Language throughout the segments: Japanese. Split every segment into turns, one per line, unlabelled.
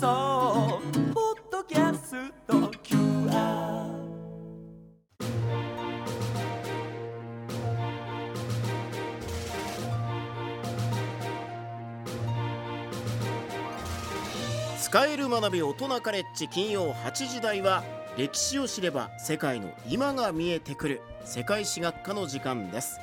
送ポッドキャスト QR
使える学び大人カレッジ金曜8時台は歴史を知れば世界の今が見えてくる世界史学科の時間です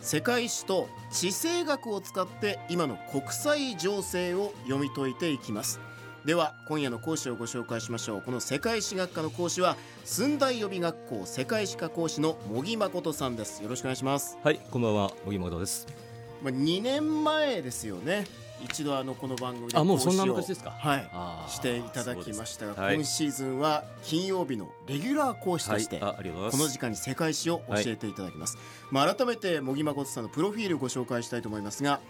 世界史と地政学を使って今の国際情勢を読み解いていきますでは今夜の講師をご紹介しましょうこの世界史学科の講師は駿台予備学校世界史科講師の茂木誠さんですよろしくお願いします
はい、こんばんは、茂木誠です。
まあ、2年前ですよね一度あのこの番組で
あもう
講師を
そんな昔ですか
はい
あー
していただきましたが、
そうで
今
す
シーズンは金曜日のレギュラー講師
は
と
い、
して、
はいあ、ありがとうござ
こ
いま
の
す。
時間に世界史を教えていただきます、まあ、改めて茂木誠さんのプロフィールをご紹介したいと思いますが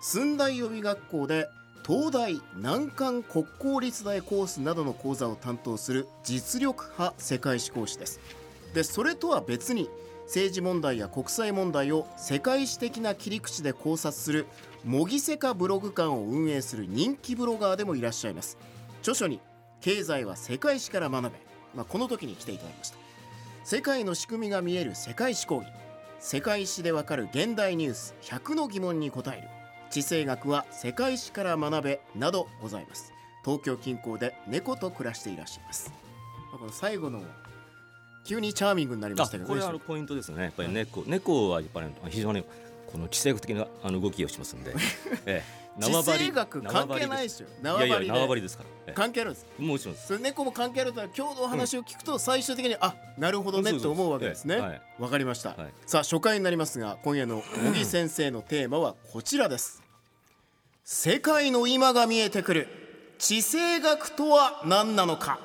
駿台予備学校で東大難関国公立大コースなどの講座を担当する実力派世界史講師ですでそれとは別に政治問題や国際問題を世界史的な切り口で考察する模擬セカブログ館を運営する人気ブロガーでもいらっしゃいます著書に経済は世界史から学べ、まあ、この時に来ていただきました世界の仕組みが見える世界史講義世界史でわかる現代ニュース100の疑問に答える地政学は世界史から学べなどございます東京近郊で猫と暮らしていらっしゃいますまあこの最後の急にチャーミングになりましたけど
あ、こ
ね
れはあのポイントですね。やっぱり猫、猫はやっぱりあの非常にこの地政学的なあの動きをします んで、ええ、
地政学
縄
関
張り
係ないで
です
しょ
いやいや縄張
り
りですから。え
関係あるんです
え、もちろんです。
それ猫も関係あるから今日のお話を聞くと最終的に、あなるほどね
そうそう
と思うわけですね
ええ
わ、
はい
かりました、
はい
さあ初回になりますが今夜の茂木先生のテーマはこちらです世界の今が見えてくる地政学とは何なのか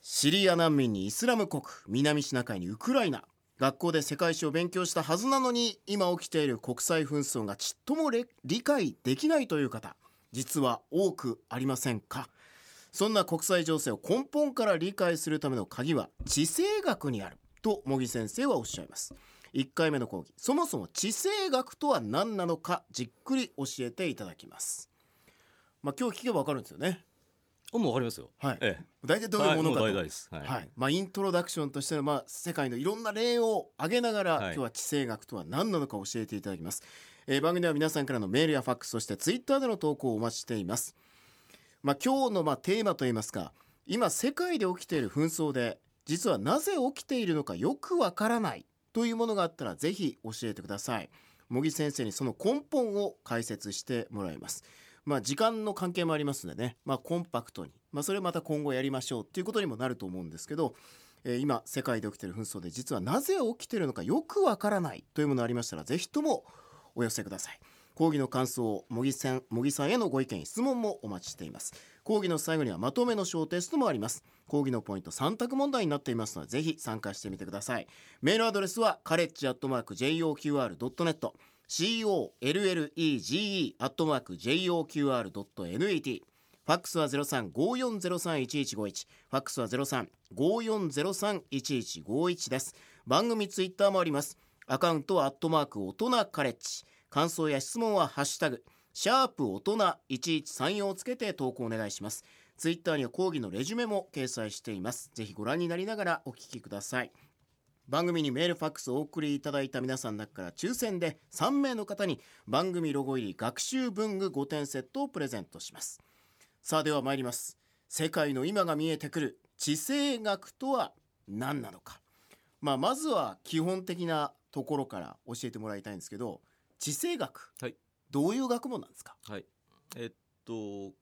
シリア難民にイスラム国南シナ海にウクライナ学校で世界史を勉強したはずなのに今起きている国際紛争がちっともれ理解できないという方実は多くありませんかそんな国際情勢を根本から理解するための鍵は地政学にあると茂木先生はおっしゃいます1回目の講義そもそも地政学とは何なのかじっくり教えていただきますまあ今日聞けばわかるんですよね
あ、もうわかりますよ。
はい
え
大体
え、
どういうものかと、
はい、もう大体です。はい。
はいまあ、イントロダクションとしての、まあ、世界のいろんな例を挙げながら、
は
今
い
日は地政学とは何なのか教えていただきます、えー番組では皆さんからのメールやファックスそしてツイッターでの投稿をお待ちしています、まあ、今日の、まあ、テーマといいますか今世界で起きている紛争で実はなぜ起きているのかよくわからないというものがあったらぜひ教えてください茂木先生にその根本を解説してもらいますまあ、時間の関係もありますのでね、まあ、コンパクトに、まあ、それまた今後やりましょうっていうことにもなると思うんですけど、えー今世界で起きている紛争で実はなぜ起きているのかよくわからないというものありましたらぜひともお寄せください講義の感想茂木さん茂木さんへのご意見質問もお待ちしています講義の最後にはまとめの小テストもあります講義のポイント3択問題になっていますのでぜひ参加してみてくださいメールアドレスはカレッジアットマーク JOQR.net collegee アットマーク JOQR.net ファックスは0354031151ファックスは0354031151です番組ツイッターもありますアカウントはアットマーク大人カレッジ感想や質問はハッシュタグシャープ大人1134をつけて投稿お願いしますツイッターには講義のレジュメも掲載していますぜひご覧になりながらお聞きください番組にメールファックスをお送りいただいた皆さんの中から抽選で3名の方に番組ロゴ入り学習文具5点セットをプレゼントしますさあでは参ります世界の今が見えてくる地政学とは何なのか、まあ、まずは基本的なところから教えてもらいたいんですけど地政学、
はい
どういう学問なんですか
はい。えっと、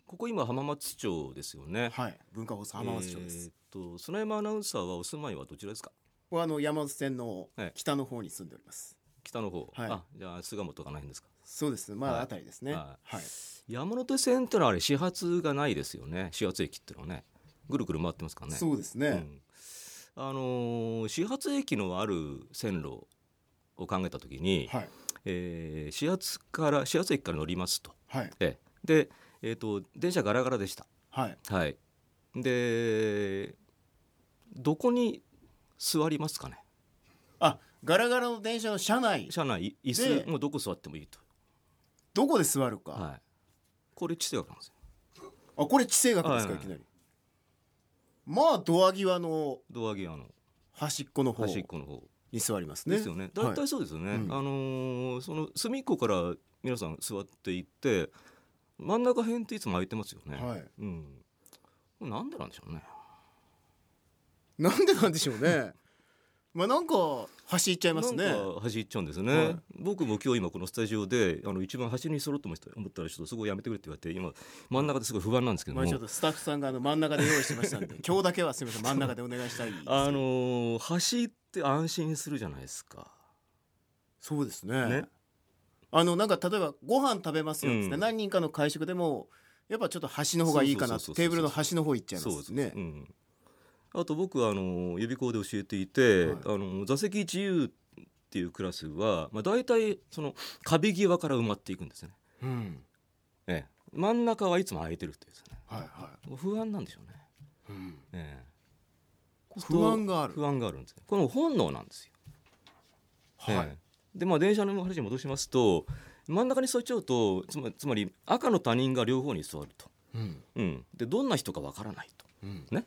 ここ今浜松町ですよね。
はい文化放送浜松町です、
えっと、園山アナウンサーはお住まいはどちらですか。
ここはあの山手線の
はい
北の方に住んでおります、
北の方。
はい
あ、じゃあ巣鴨とかないんですか。
そうですねまあ、
はい
あたりですね
は
はい
山手線ってのはあれ始発がないですよね始発駅ってのはねぐるぐる回ってますからね
そうですね、
うんあのー始発駅のある線路を考えた時に、
はい
えー始発から始発駅から乗りますと、
はい
ええで、えー、と電車ガラガラでした
はい
はいでどこに座りますかね
あガラガラの電車の車内
車内椅
で
子もうどこ座ってもいいと
どこで座るか、
はいこれ地政学なんですよ
あこれ地政学ですか、
はい
いきなりまあドア際の
ドア際の
端っこの方
端っ
に
この方
座りますね
ですよね。
はい
大体そうですよね。
うん
あのーその隅っこから皆さん座っていって、真ん中辺っていつも空いてますよね。
はい
うん。なんでなんでしょうね。
なんでなんでしょうねまあなんか端行っちゃいますね
なんか端行っちゃうんですね。
はい
僕も今日今このスタジオであの一番端に揃ってました思ったらちょっとそこやめてくれって言われて今真ん中ですごい不安なんですけど
ま
も。
あちょっとスタッフさんがあの真ん中で用意してましたんで今日だけはすみません真ん中でお願いしたい
あのー端って安心するじゃないですか。
そうですね
ね
あのなんか例えばご飯食べますよっつって、
うん
何人かの会食でもやっぱちょっと端の方がいいかなって
そうそうそうそう
テーブルの端の方行っちゃいま
そうですす
ね
ね。うん、あと僕はあの予備校で教えていて、
はい
あの座席自由っていうクラスは、まあ、大体その壁際から埋まっていくんですよね。
うん
ええ、真ん中はいつも空いてるっていうですね。
はいは
不安なんでしょうね。
い、うん
ええ
不安がある
不安があるんですよこれも本能なんですよ。
はい、
ええでまあ電車の話に戻しますと真ん中に座っちゃうとつまつまり赤の他人が両方に座ると。
うん
うん、でどんな人かわからないと。
うん
ね、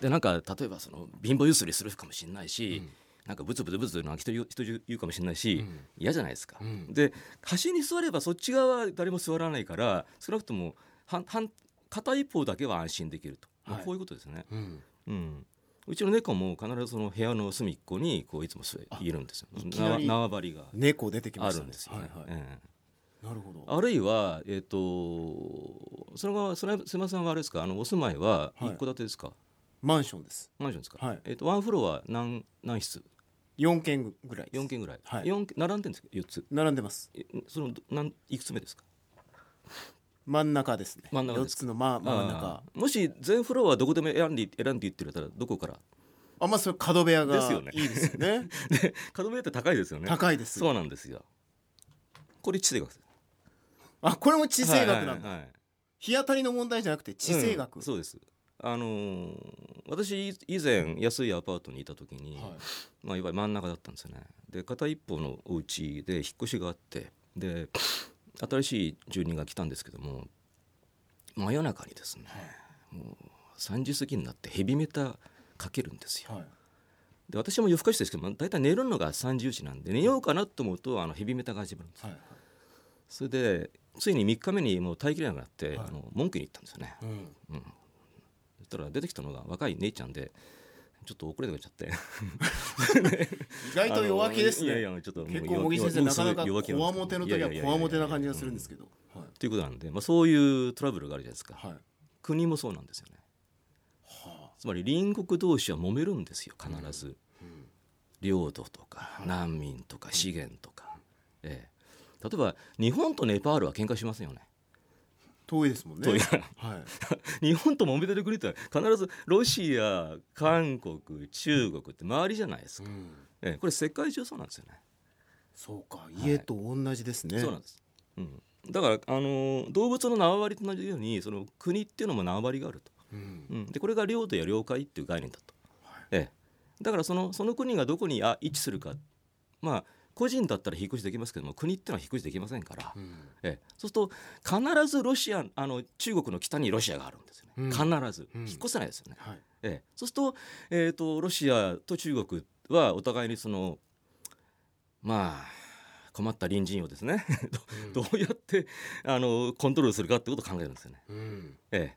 でなんか例えばその貧乏ゆすりするかもしれない
う
し、
ん
なんかブツブツブツなんか人言う人言うかもしれないし、
うん
嫌じゃないですか。
うん
で端に座ればそっち側は誰も座らないから少なくとも半半片一方だけは安心できると、まあ
はい
こういうことですね。
うん
うんうちの猫も必ずその部屋の隅っこにこういつも座いるんですよ。
いきな
縄
り
縄張りが
猫出てきま
あ
し
る
た
ん
ね
ですよ、ね
はいはい
ええ
なるほど
あるいはえっ、とそのままそれ瀬間さんはあれですかあのお住まいは一戸建てですか、
マンションです
マンションですか。
はい
えっ、とワンフロア何何室？
4軒ぐらいです
四軒ぐらい。
はい
四軒並んでるんですか？四つ。
並んでます
えそのどなんいくつ目ですか？
真ん中ですね
真ん中
四
です
つのま真ん中あ
あーもし全フロアどこでも選んで選んでいってるやったらどこから？
まあそれ角部屋が
ですよ ね
いいですよね
で角部屋って高いですよね。い
高いです
そうなんですよ。これ地政学。
あこれも地政学なんだ
はいはいはい
日当たりの問題じゃなくて地政学、
うんそうです。あのー私い以前安いアパートにいた時に、
はい
まあ、いわゆる真ん中だったんですよねで片一方のお家で引っ越しがあってで新しい住人が来たんですけども真夜中にですねもう3時過ぎになってヘビメタかけるんですよ
はい
で私も夜更かしですけど、まあ、大体寝るのが3時4時なんで寝ようかなと思うとあのヘビメタが始まるんです
はい
それでついに3日目にもう耐えきれなくなって、
はい
あの文句に行ったんですよね
うん
そしたら出てきたのが若い姉ちゃんでちょっと遅れてきちゃって
意外と弱気ですね
あのいやいやちょっともう
結構茂木先生
弱
なかなか
弱気ん
こ
です
わ
けど
もての時はい
やいやいやいや
こわもてな感じがするんですけどはい
ということなんで、まあ、そういうトラブルがあるじゃないですか、
はい
国もそうなんですよね
は
つまり隣国同士は揉めるんですよ必ず、領土とか難民とか資源とか、ええ、例えば日本とネパールは喧嘩しませんよね
あ遠いですもんね
遠いから
はい
日本と揉めてる国って必ずロシア韓国中国って周りじゃないです
う
か、
ん
ええ、これ世界中そうなんですよね
そうか家と同じですね
そうなんです、うん、だから、あのー動物の縄張りと同じようにその国っていうのも縄張りがあると、
うん
うん、でこれが領土や領海っていう概念だと、ええ、だからそのその国がどこにあ位置するかまあ個人だったら引っ越しできますけども国ってのは引っ越しできませんから、
うん
ええ、そうすると必ずロシアあの中国の北にロシアがあるんですよね、
うん
必ず
うん
引っ越せないですよね、
はい
ええ、そうすると,、えー、とロシアと中国はお互いにそのまあ困った隣人をですねどどうやってあのコントロールするかってことを考えるんですよね。
うん
ええ、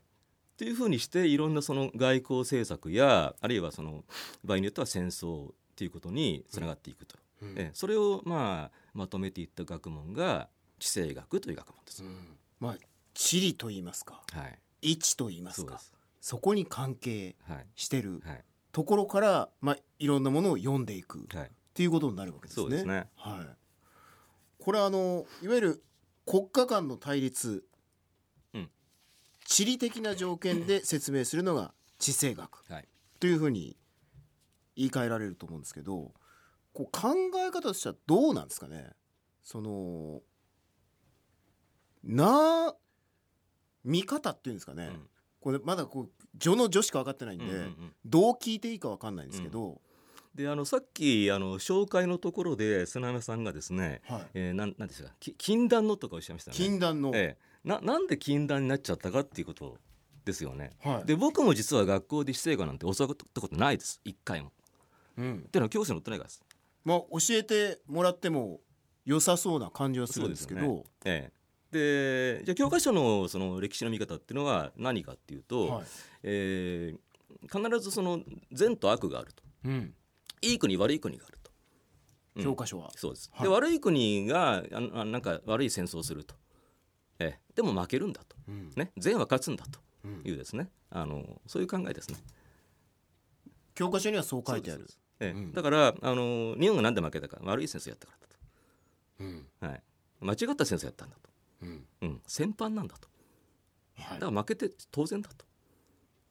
というふうにしていろんなその外交政策やあるいはその場合によっては戦争っていうことにつながっていくと、
うん
ええ、それを、まあ、まとめていった学問が地政学という学問です。
うんまあ地理と言いますか
はい、
位置と言いま
そ
す
うで
か
す、
そこに関係
はい
してる
はい
ところからまあいろんなものを読んでいく
はい、
っていうことになるわけですね。
そうですね。
はい。これあのいわゆる国家間の対立、
うん
地理的な条件で説明するのが地政学
はい
というふうに言い換えられると思うんですけど、こう考え方としてはどうなんですかね。そのな見方っていうんですかね。
うん
これまだこう序の序しか分かってないんで、
うんうんうん
どう聞いていいか分かんないんですけど、
であのさっきあの紹介のところで砂山さんがですね、
はい。
えー、なんなんですかき禁断のとかおっしゃいましたね。
禁断の、
ええななんで禁断になっちゃったかっていうことをですよね。
はい
で僕も実は学校で非正語なんて教わったことないです一回も。
うん
っていうのは教師の捉えがです。
まあ、教えてもらっても良さそうな感じはするんですけど
そうですよねええでじゃあ教科書のその歴史の見方っていうのは何かっていうと、
はい
えー必ずその善と悪があると
うん、
いい国悪い国があるとうん
教科書は、
そうです、
はい
で悪い国があのあなんか悪い戦争をすると、ええでも負けるんだと、
うん
ね、善は勝つんだと
うん
いうですねあのそういう考えですね。
教科書にはそう書いてある
そうですええ
うん
だからあの日本が何で負けたか悪い戦争やったからだ
うん
と、はい、間違った戦争やったんだと、
うん
うん、戦犯なんだと。
は
だ
い
から負けて当然だと。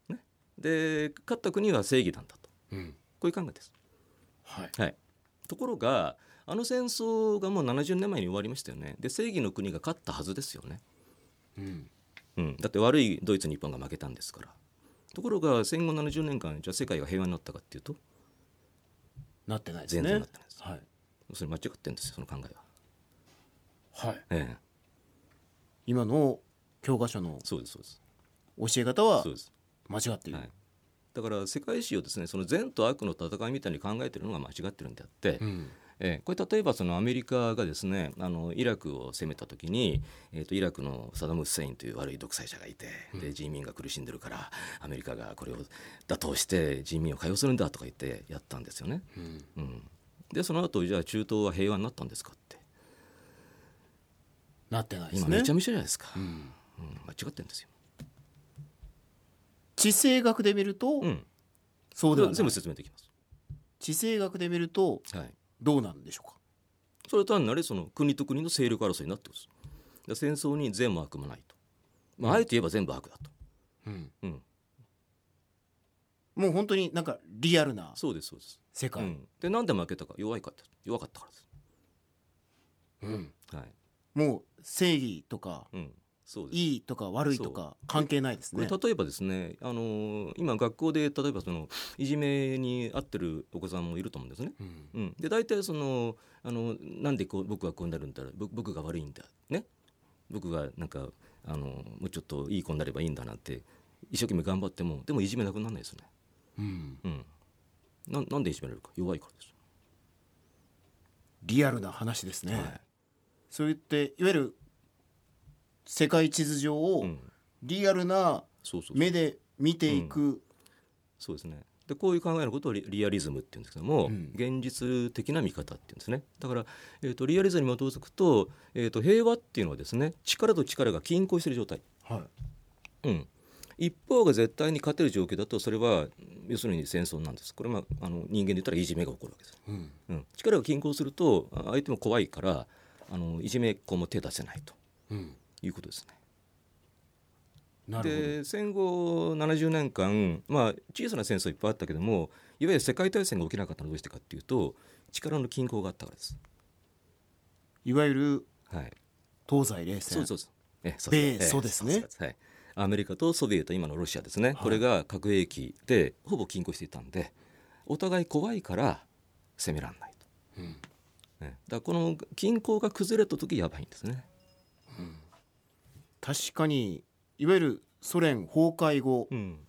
ね、で勝った国は正義なんだと
うん
こういう考えです。
はい
はい、ところがあの戦争がもう70年前に終わりましたよねで正義の国が勝ったはずですよね、
うん
うん、だって悪いドイツ日本が負けたんですからところが戦後70年間じゃあ世界が平和になったかっていうと
なってないですね
全然なってないです、
はい
それ間違ってるんですよその考えは、
はい
ええ、
今の教科書の
そうですそうです
教え方は
そうです、
間違っている、
はい、だから世界史をですねその善と悪の戦いみたいに考えてるのが間違ってるんであって、
うん
えーこれ例えばそのアメリカがですねあのイラクを攻めた時に、えー、とイラクのサダム・フセインという悪い独裁者がいてで人民が苦しんでるからアメリカがこれを打倒して人民を解放するんだとか言ってやったんですよね。
うん
うん、でその後じゃあ中東は平和になったんですかって
なってないです
今
ね
めちゃめちゃじゃないですか、う
うんん
間違ってるんですよ。
地政学で見ると、
うん、
そうではない
全部説明できま
地政学で見ると
す。はい
どうなんでしょうか
それは単なるその国と国の勢力争いになってます。だから戦争に善も悪もないと。まあ、あえて言えば全部悪だと。うん、
もう本当になんかリアルな
そうですそうです。
世
う
界、
ん、でなんで負けたか弱いかって弱かったからです。
うん
はい。
もう正義とか
うん。そうです。
いいとか悪いとか関係ないです
これ
ね。
例えばですね、あのー今学校で例えばそのいじめに遭ってるお子さんもいると思うんですね。
うん
うん、で大体そのあのなんでこう僕はこうなるんだ僕僕が悪いんだね僕がなんかあのもうちょっといい子になればいいんだなんて一生懸命頑張ってもでもいじめなくならないですよね。
うん
うん、ななんでいじめられるか弱いからです。
リアルな話ですね。
はい
そう言っていわゆる世界地図上を
うん、
リアルな
そうそうそう
目で見ていく、
そうですねでこういう考えのことをリリアリズムっていうんですけども、
うん
現実的な見方っていうんですねだから、えー、とリアリズムに基づくと,、えー、と平和っていうのはですね力と力が均衡している状態、
はい
うん、一方が絶対に勝てる状況だとそれは要するに戦争なんですこれはあの人間で言ったらいじめが起こるわけです、
うん
うん、力が均衡するとあ相手も怖いからあのいじめっ子も手出せないと
うん
いうことですね
なる
で戦後70年間、まあ、小さな戦争いっぱいあったけどもいわゆる世界大戦が起きなかったのはどうしてかっていうと力の均衡があったからです。
ほどいわゆる
はい、
東西冷
そ
戦
うですそうですえそう
米
え
そうですね
そうですはい、アメリカとソビエト今のロシアですね、これが核兵器でほぼ均衡していたんでお互い怖いから攻めらんないと、
うん
ええだからこの均衡が崩れた時やばいんですね。
確かにいわゆるソ連崩壊後、
うん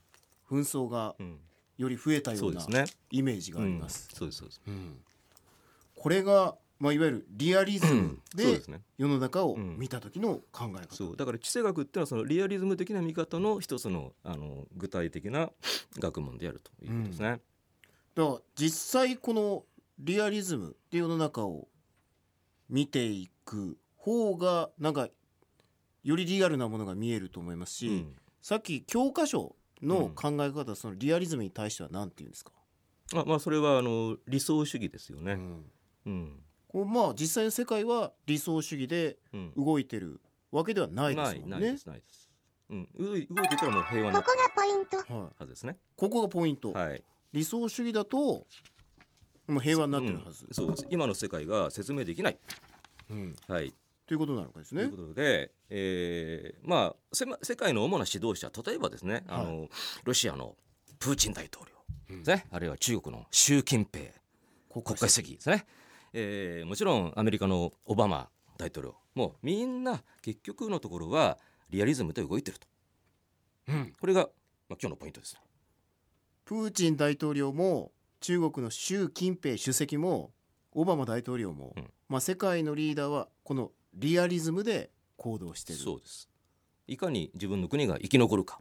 紛争が
うん、
より増えたよ
そううで
な
すね
イメージがありま
う
す。
んそうですそうです
うんこれが、まあ、いわゆるリアリズム
そう
で
ですね
世の中を
うん
見た時の考え方、
そうだから地政学っていうのはそのリアリズム的な見方の一つのあの具体的な学問であるということですね。
だから実際このリアリズムっていう世の中を見ていく方がなんかよりリアルなものが見えると思いますし、
うん
さっき教科書の考え方、そのリアリズムに対しては何て言うんですか、
あまあそれはあの理想主義ですよね。うん
こうまあ実際の世界は理想主義で
うん
動いてるわけではないですもんね。
ないですないです。うん動い動いてたらもう平和
こ
な
こがポイント
はい、
はずですね。
ここがポイント、
はい。
理想主義だともう平和になってるはず、
うんそうです。今の世界が説明できない。
うん
はい。
ということなのかです
とい
ね
うこ。とで、えーまあせま世界の主な指導者例えばですね、あのロシアのプーチン大統領、ですね、あるいは中国の習近平
国
国家主席ですね、えーもちろんアメリカのオバマ大統領もみんな結局のところはリアリズムで動いてると
うん
これが、まあ、今日のポイントですね
プーチン大統領も中国の習近平主席もオバマ大統領も、
うん
まあ、世界のリーダーはこのリアリズムで行動してる
そうですいかに自分の国が生き残るか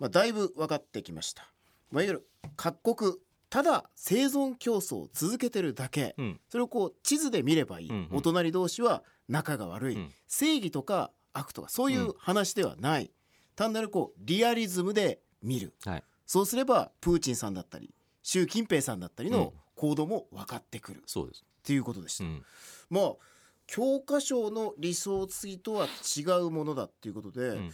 まあ、だいぶ分かってきました、まあ、いわゆる各国ただ生存競争を続けてるだけ、
うん
それをこう地図で見ればいい、
うんうん
お隣同士は仲が悪い、
うん
正義とか悪とかそういううん話ではない、単なるこうリアリズムで見る、
はい
そうすればプーチンさんだったり習近平さんだったりの
うん
行動も分かってくるっ
そうです、
ていうことでした、
うん
まあ教科書の理想次とは違うものだっていうことで、
ん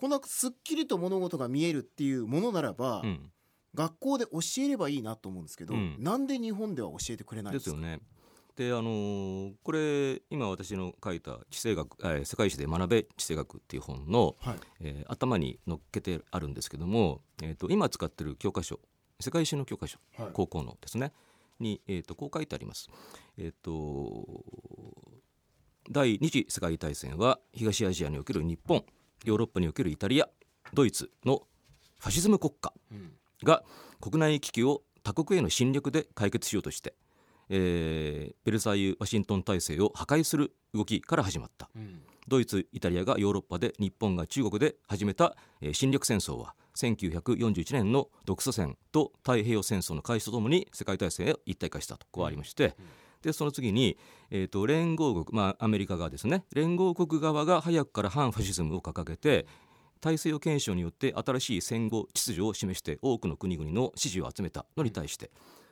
こんなすっきりと物事が見えるっていうものならば、
うん、
学校で教えればいいなと思うんですけど、
うん
なんで日本では教えてくれないん
で
ですす
よ
か
ね。であのーこれ今私の書いた「地政学、えー世界史で学べ地政学」っていう本の、
はい
えー頭に乗っけてあるんですけども、えー、と今使ってる教科書世界史の教科書、
はい
高校のですねに、えー、とこう書いてあります。えー、と第二次世界大戦は東アジアにおける日本ヨーロッパにおけるイタリアドイツのファシズム国家が国内危機を他国への侵略で解決しようとして、えーベルサイユ・ワシントン体制を破壊する動きから始まったドイツイタリアがヨーロッパで日本が中国で始めた、えー侵略戦争は1941年の独ソ戦と太平洋戦争の開始とともに世界大戦へ一体化したとこうありまして、でその次に、えー、と連合国、まあ、アメリカ側ですね連合国側が早くから反ファシズムを掲げて大西洋憲章によって新しい戦後秩序を示して多くの国々の支持を集めたのに対して、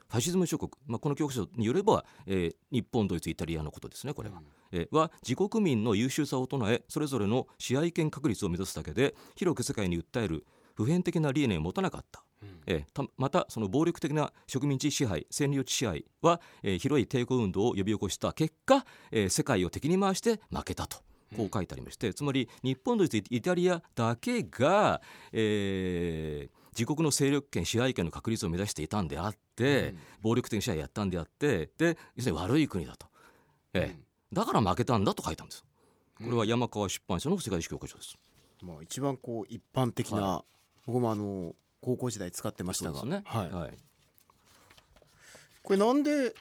ファシズム諸国、まあ、この教科書によれば、えー日本ドイツイタリアのことですねこれは、えーは自国民の優秀さを唱えそれぞれの支配権確立を目指すだけで広く世界に訴える普遍的な理念を持たなかった。えーたまたその暴力的な植民地支配占領地支配は、えー広い抵抗運動を呼び起こした結果、えー世界を敵に回して負けたと。こう書いてありまして、つまり日本ドイツイタリアだけが、えー自国の勢力圏支配権の確立を目指していたんであって、暴力的支配やったんであってで要するに悪い国だと、ええだから負けたんだと書いたんですこれは山川出版社の世界史教科書です。
まあ、一番こう一般的な、僕もあの高校時代使ってました
そうで
が、
すね、
はい
はい
これなんで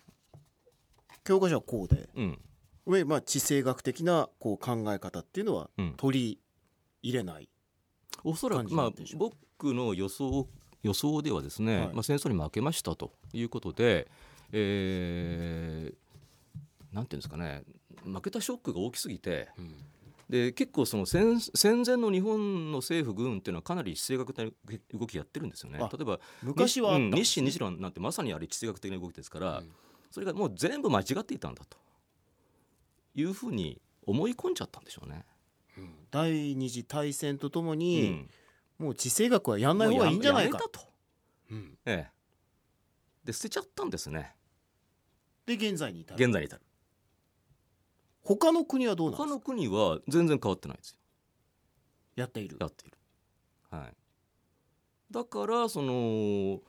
教科書はこうで
うん
上、まあ、地政学的なこう考え方っていうのは
うん
取り入れない、
おそら
感
く、
じな
まあ
んでし、ょ
僕の予想予想ではですね、
はい
まあ、戦争に負けましたということで、えーなんていうんですかね負けたショックが大きすぎてで結構その戦戦前の日本の政府軍っていうのはかなり地政学的な動きやってるんですよね。
あ
例えば
昔はあった
うん日清日露なんてまさにあれ地政学的な動きですから、それがもう全部間違っていたんだというふうに思い込んじゃったんでしょうね。
第二次大戦ととも
う
に
ん、
もう地政学はやんない方がいいんじゃないか
もうやめたと、ええ、で捨てちゃったんですね
で現在に至る
現在に至る
他の国はどうなんで
他
すか
の国は全然変わってないですよ
やっている
やっている、はい、だからその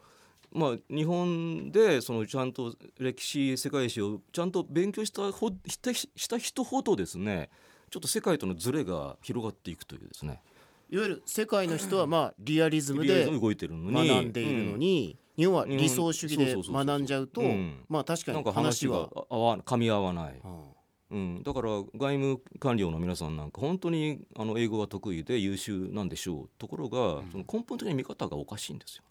まあ日本でそのちゃんと歴史世界史をちゃんと勉強したほしたした人ほどですねちょっと世界とのズレが広がっていくというですね
いわゆる世界の人はまあリアリズム
リアリ
で
ズム動いてるのに
学んでいるのに、日本は理想主義で
うんそうそうそうそう
学んじゃうと、
うん
まあ確
う
か
んなん
に
か話
話
が
は、
合わ噛み合わない
うん
うん、だから外務官僚の皆さんなんか本当にあの英語が得意で優秀なんでしょうところが、その根本的に見方がおかしいんですよ。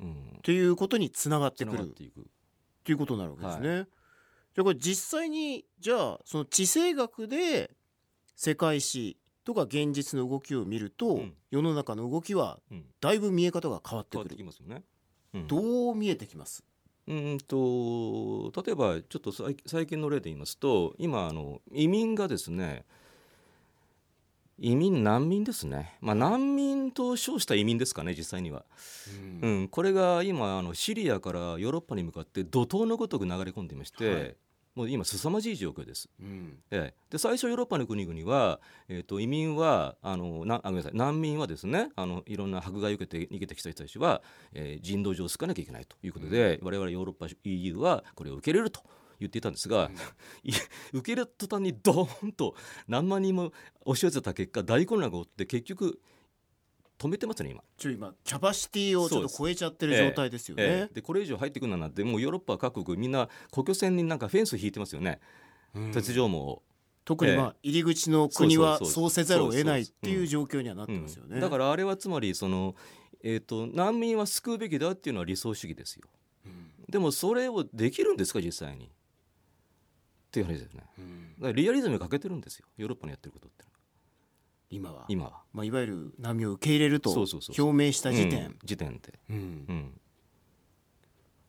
うん、
ということにつながってく
繋がっ
る
ていく。
ということになるわけですね。じゃあこれ実際にじゃあその地政学で世界史とか現実の動きを見ると、
うん
世の中の動きは
うん、
だいぶ見え方が変わって
変わ
く
って
る
き。ますよね。うん、
どう見えてきます。
うんと例えばちょっと最最近の例で言いますと今あの移民がですね移民難民ですね、まあ、難民と称した移民ですかね実際には、うんこれが今あのシリアからヨーロッパに向かって怒涛のごとく流れ込んでいまして、
はい
もう今凄まじい状況です。
うん
ええ、で最初ヨーロッパの国々は、えー、と移民はあのなあごめんなさい難民はですねあのいろんな迫害を受けて逃げてきた人たちは、えー人道上を救わなきゃいけないということで、我々ヨーロッパ EU はこれを受け入れると言っていたんですが、い受け入れた途端にドーンと何万人も押し寄せた結果大混乱が起って結局止めてますね今。
ちょ今キャパシティをちょっと超えちゃってる状態ですよね、
ええでこれ以上入ってくるなんてもうヨーロッパ各国みんな国境線になんかフェンス引いてますよね、
うん
鉄条網を。
特にまあ入り口の国はそうせざるを得ないっていう状況にはなってますよね、
だからあれはつまりその、えー、と難民は救うべきだっていうのは理想主義ですよ。でもそれをできるんですか実際にっていう話ですよね。
うん
だからリアリズムに欠けてるんですよヨーロッパのやってることってのは
今は
今は。
まあ、いわゆる難民を受け入れると
そう
表
そうそう
明した時
う
点
ん時点で、
うん
うん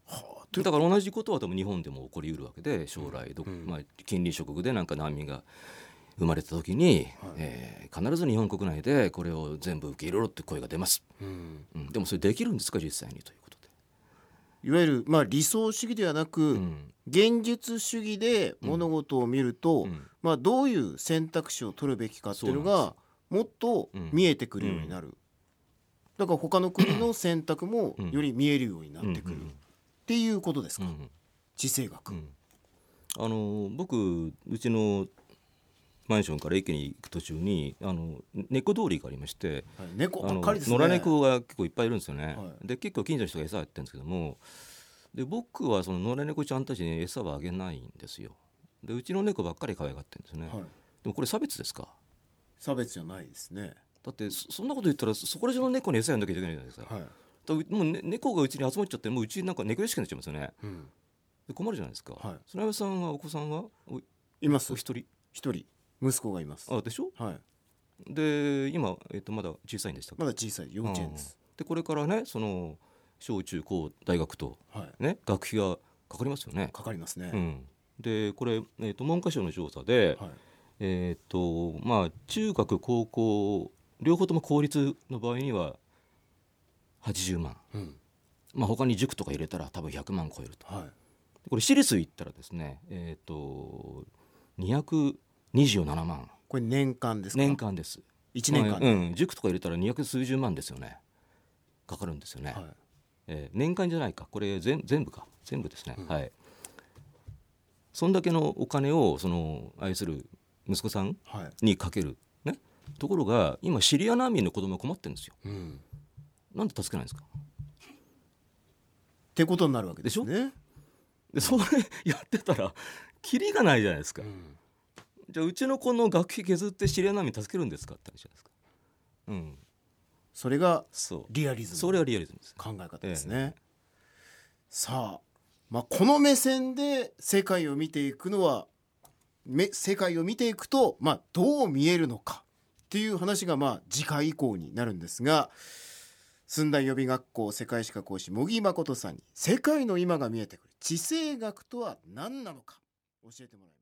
はあとい
だ
う
から同じことは多分日本でも起こりうるわけで将来どこ、
うん
まあ、近隣諸国でなんか難民が生まれた時に、
はい
えー必ず日本国内でこれを全部受け入れろって声が出ます、
うん
うんでもそれできるんですか実際にということで。
いわゆるまあ理想主義ではなく、
うん
現実主義で物事を見ると、
うん
まあ、どういう選択肢を取るべきかっていうの
そうなん
がもっと見えてくるようになる、だから他の国の選択も
うん
より見えるようになってくる、
うんうん
っていうことです
う
か、
ん
地政学、
うんあの僕うちのマンションから駅に行く途中にあの猫通りがありまして
はい猫
あ
ば
の
っかりですね
野良猫が結構いっぱいいるんですよね、
は
で結構近所の人が餌やってるんですけどもで僕はその野良猫ちゃんたちに餌はあげないんですよでうちの猫ばっかり可愛がってるんですね、
はい、
でもこれ差別ですか
差別じゃないですね、
だってそそんなこと言ったらそそこら中の猫に餌やんなきゃいけないじゃないですか,だか
はい
ら、もう、ね、猫がうちに集まっちゃってもううちなんか猫屋敷になっちゃいますよね
うん、
で困るじゃないですか、
はい
そのさんはお子さんはお
います
お一人
一人息子がいます、
あでしょ
はい、
で今、えっと、まだ小さいんでしたっけ
まだ小さい幼稚園です、
うんでこれからねその小中高大学と、
はい、
ね、学費がかかりますよね。
かかりますね、
うん、でこれ、えっと文科省の調査で、
はい
えっとまあ、中学高校両方とも公立の場合には80万、
うん
まあ他に塾とか入れたら多分100万超えると
はい、
これ私立行ったらですね、えっと227万
これ年間ですか
年間です。
1年間
まあ
で、
うん、塾とか入れたら2 0数十万ですよねかかるんですよね、
はい
えー年間じゃないかこれ全全部か全部ですね、はいそんだけのお金をその愛する息子さん
はい
にかけるねところが今シリア難民の子供が困ってるんですよ
うん、っ
なんで助けないんですか
てことになるわけですね。
でそれやってたらキリがないじゃないですか、
ん
じゃあうちの子の学費削ってシリア難民助けるんですかって話じゃないですかうん
それが
そう
リアリズム
それはリアリズムです
考え方ですね。さあ、まあ、この目線で世界を見ていくのはめ世界を見ていくと、まあ、どう見えるのかっていう話がまあ次回以降になるんですが駿台予備学校世界史科講師茂木誠さんに「世界の今が見えてくる地政学とは何なのか」教えてもらいます。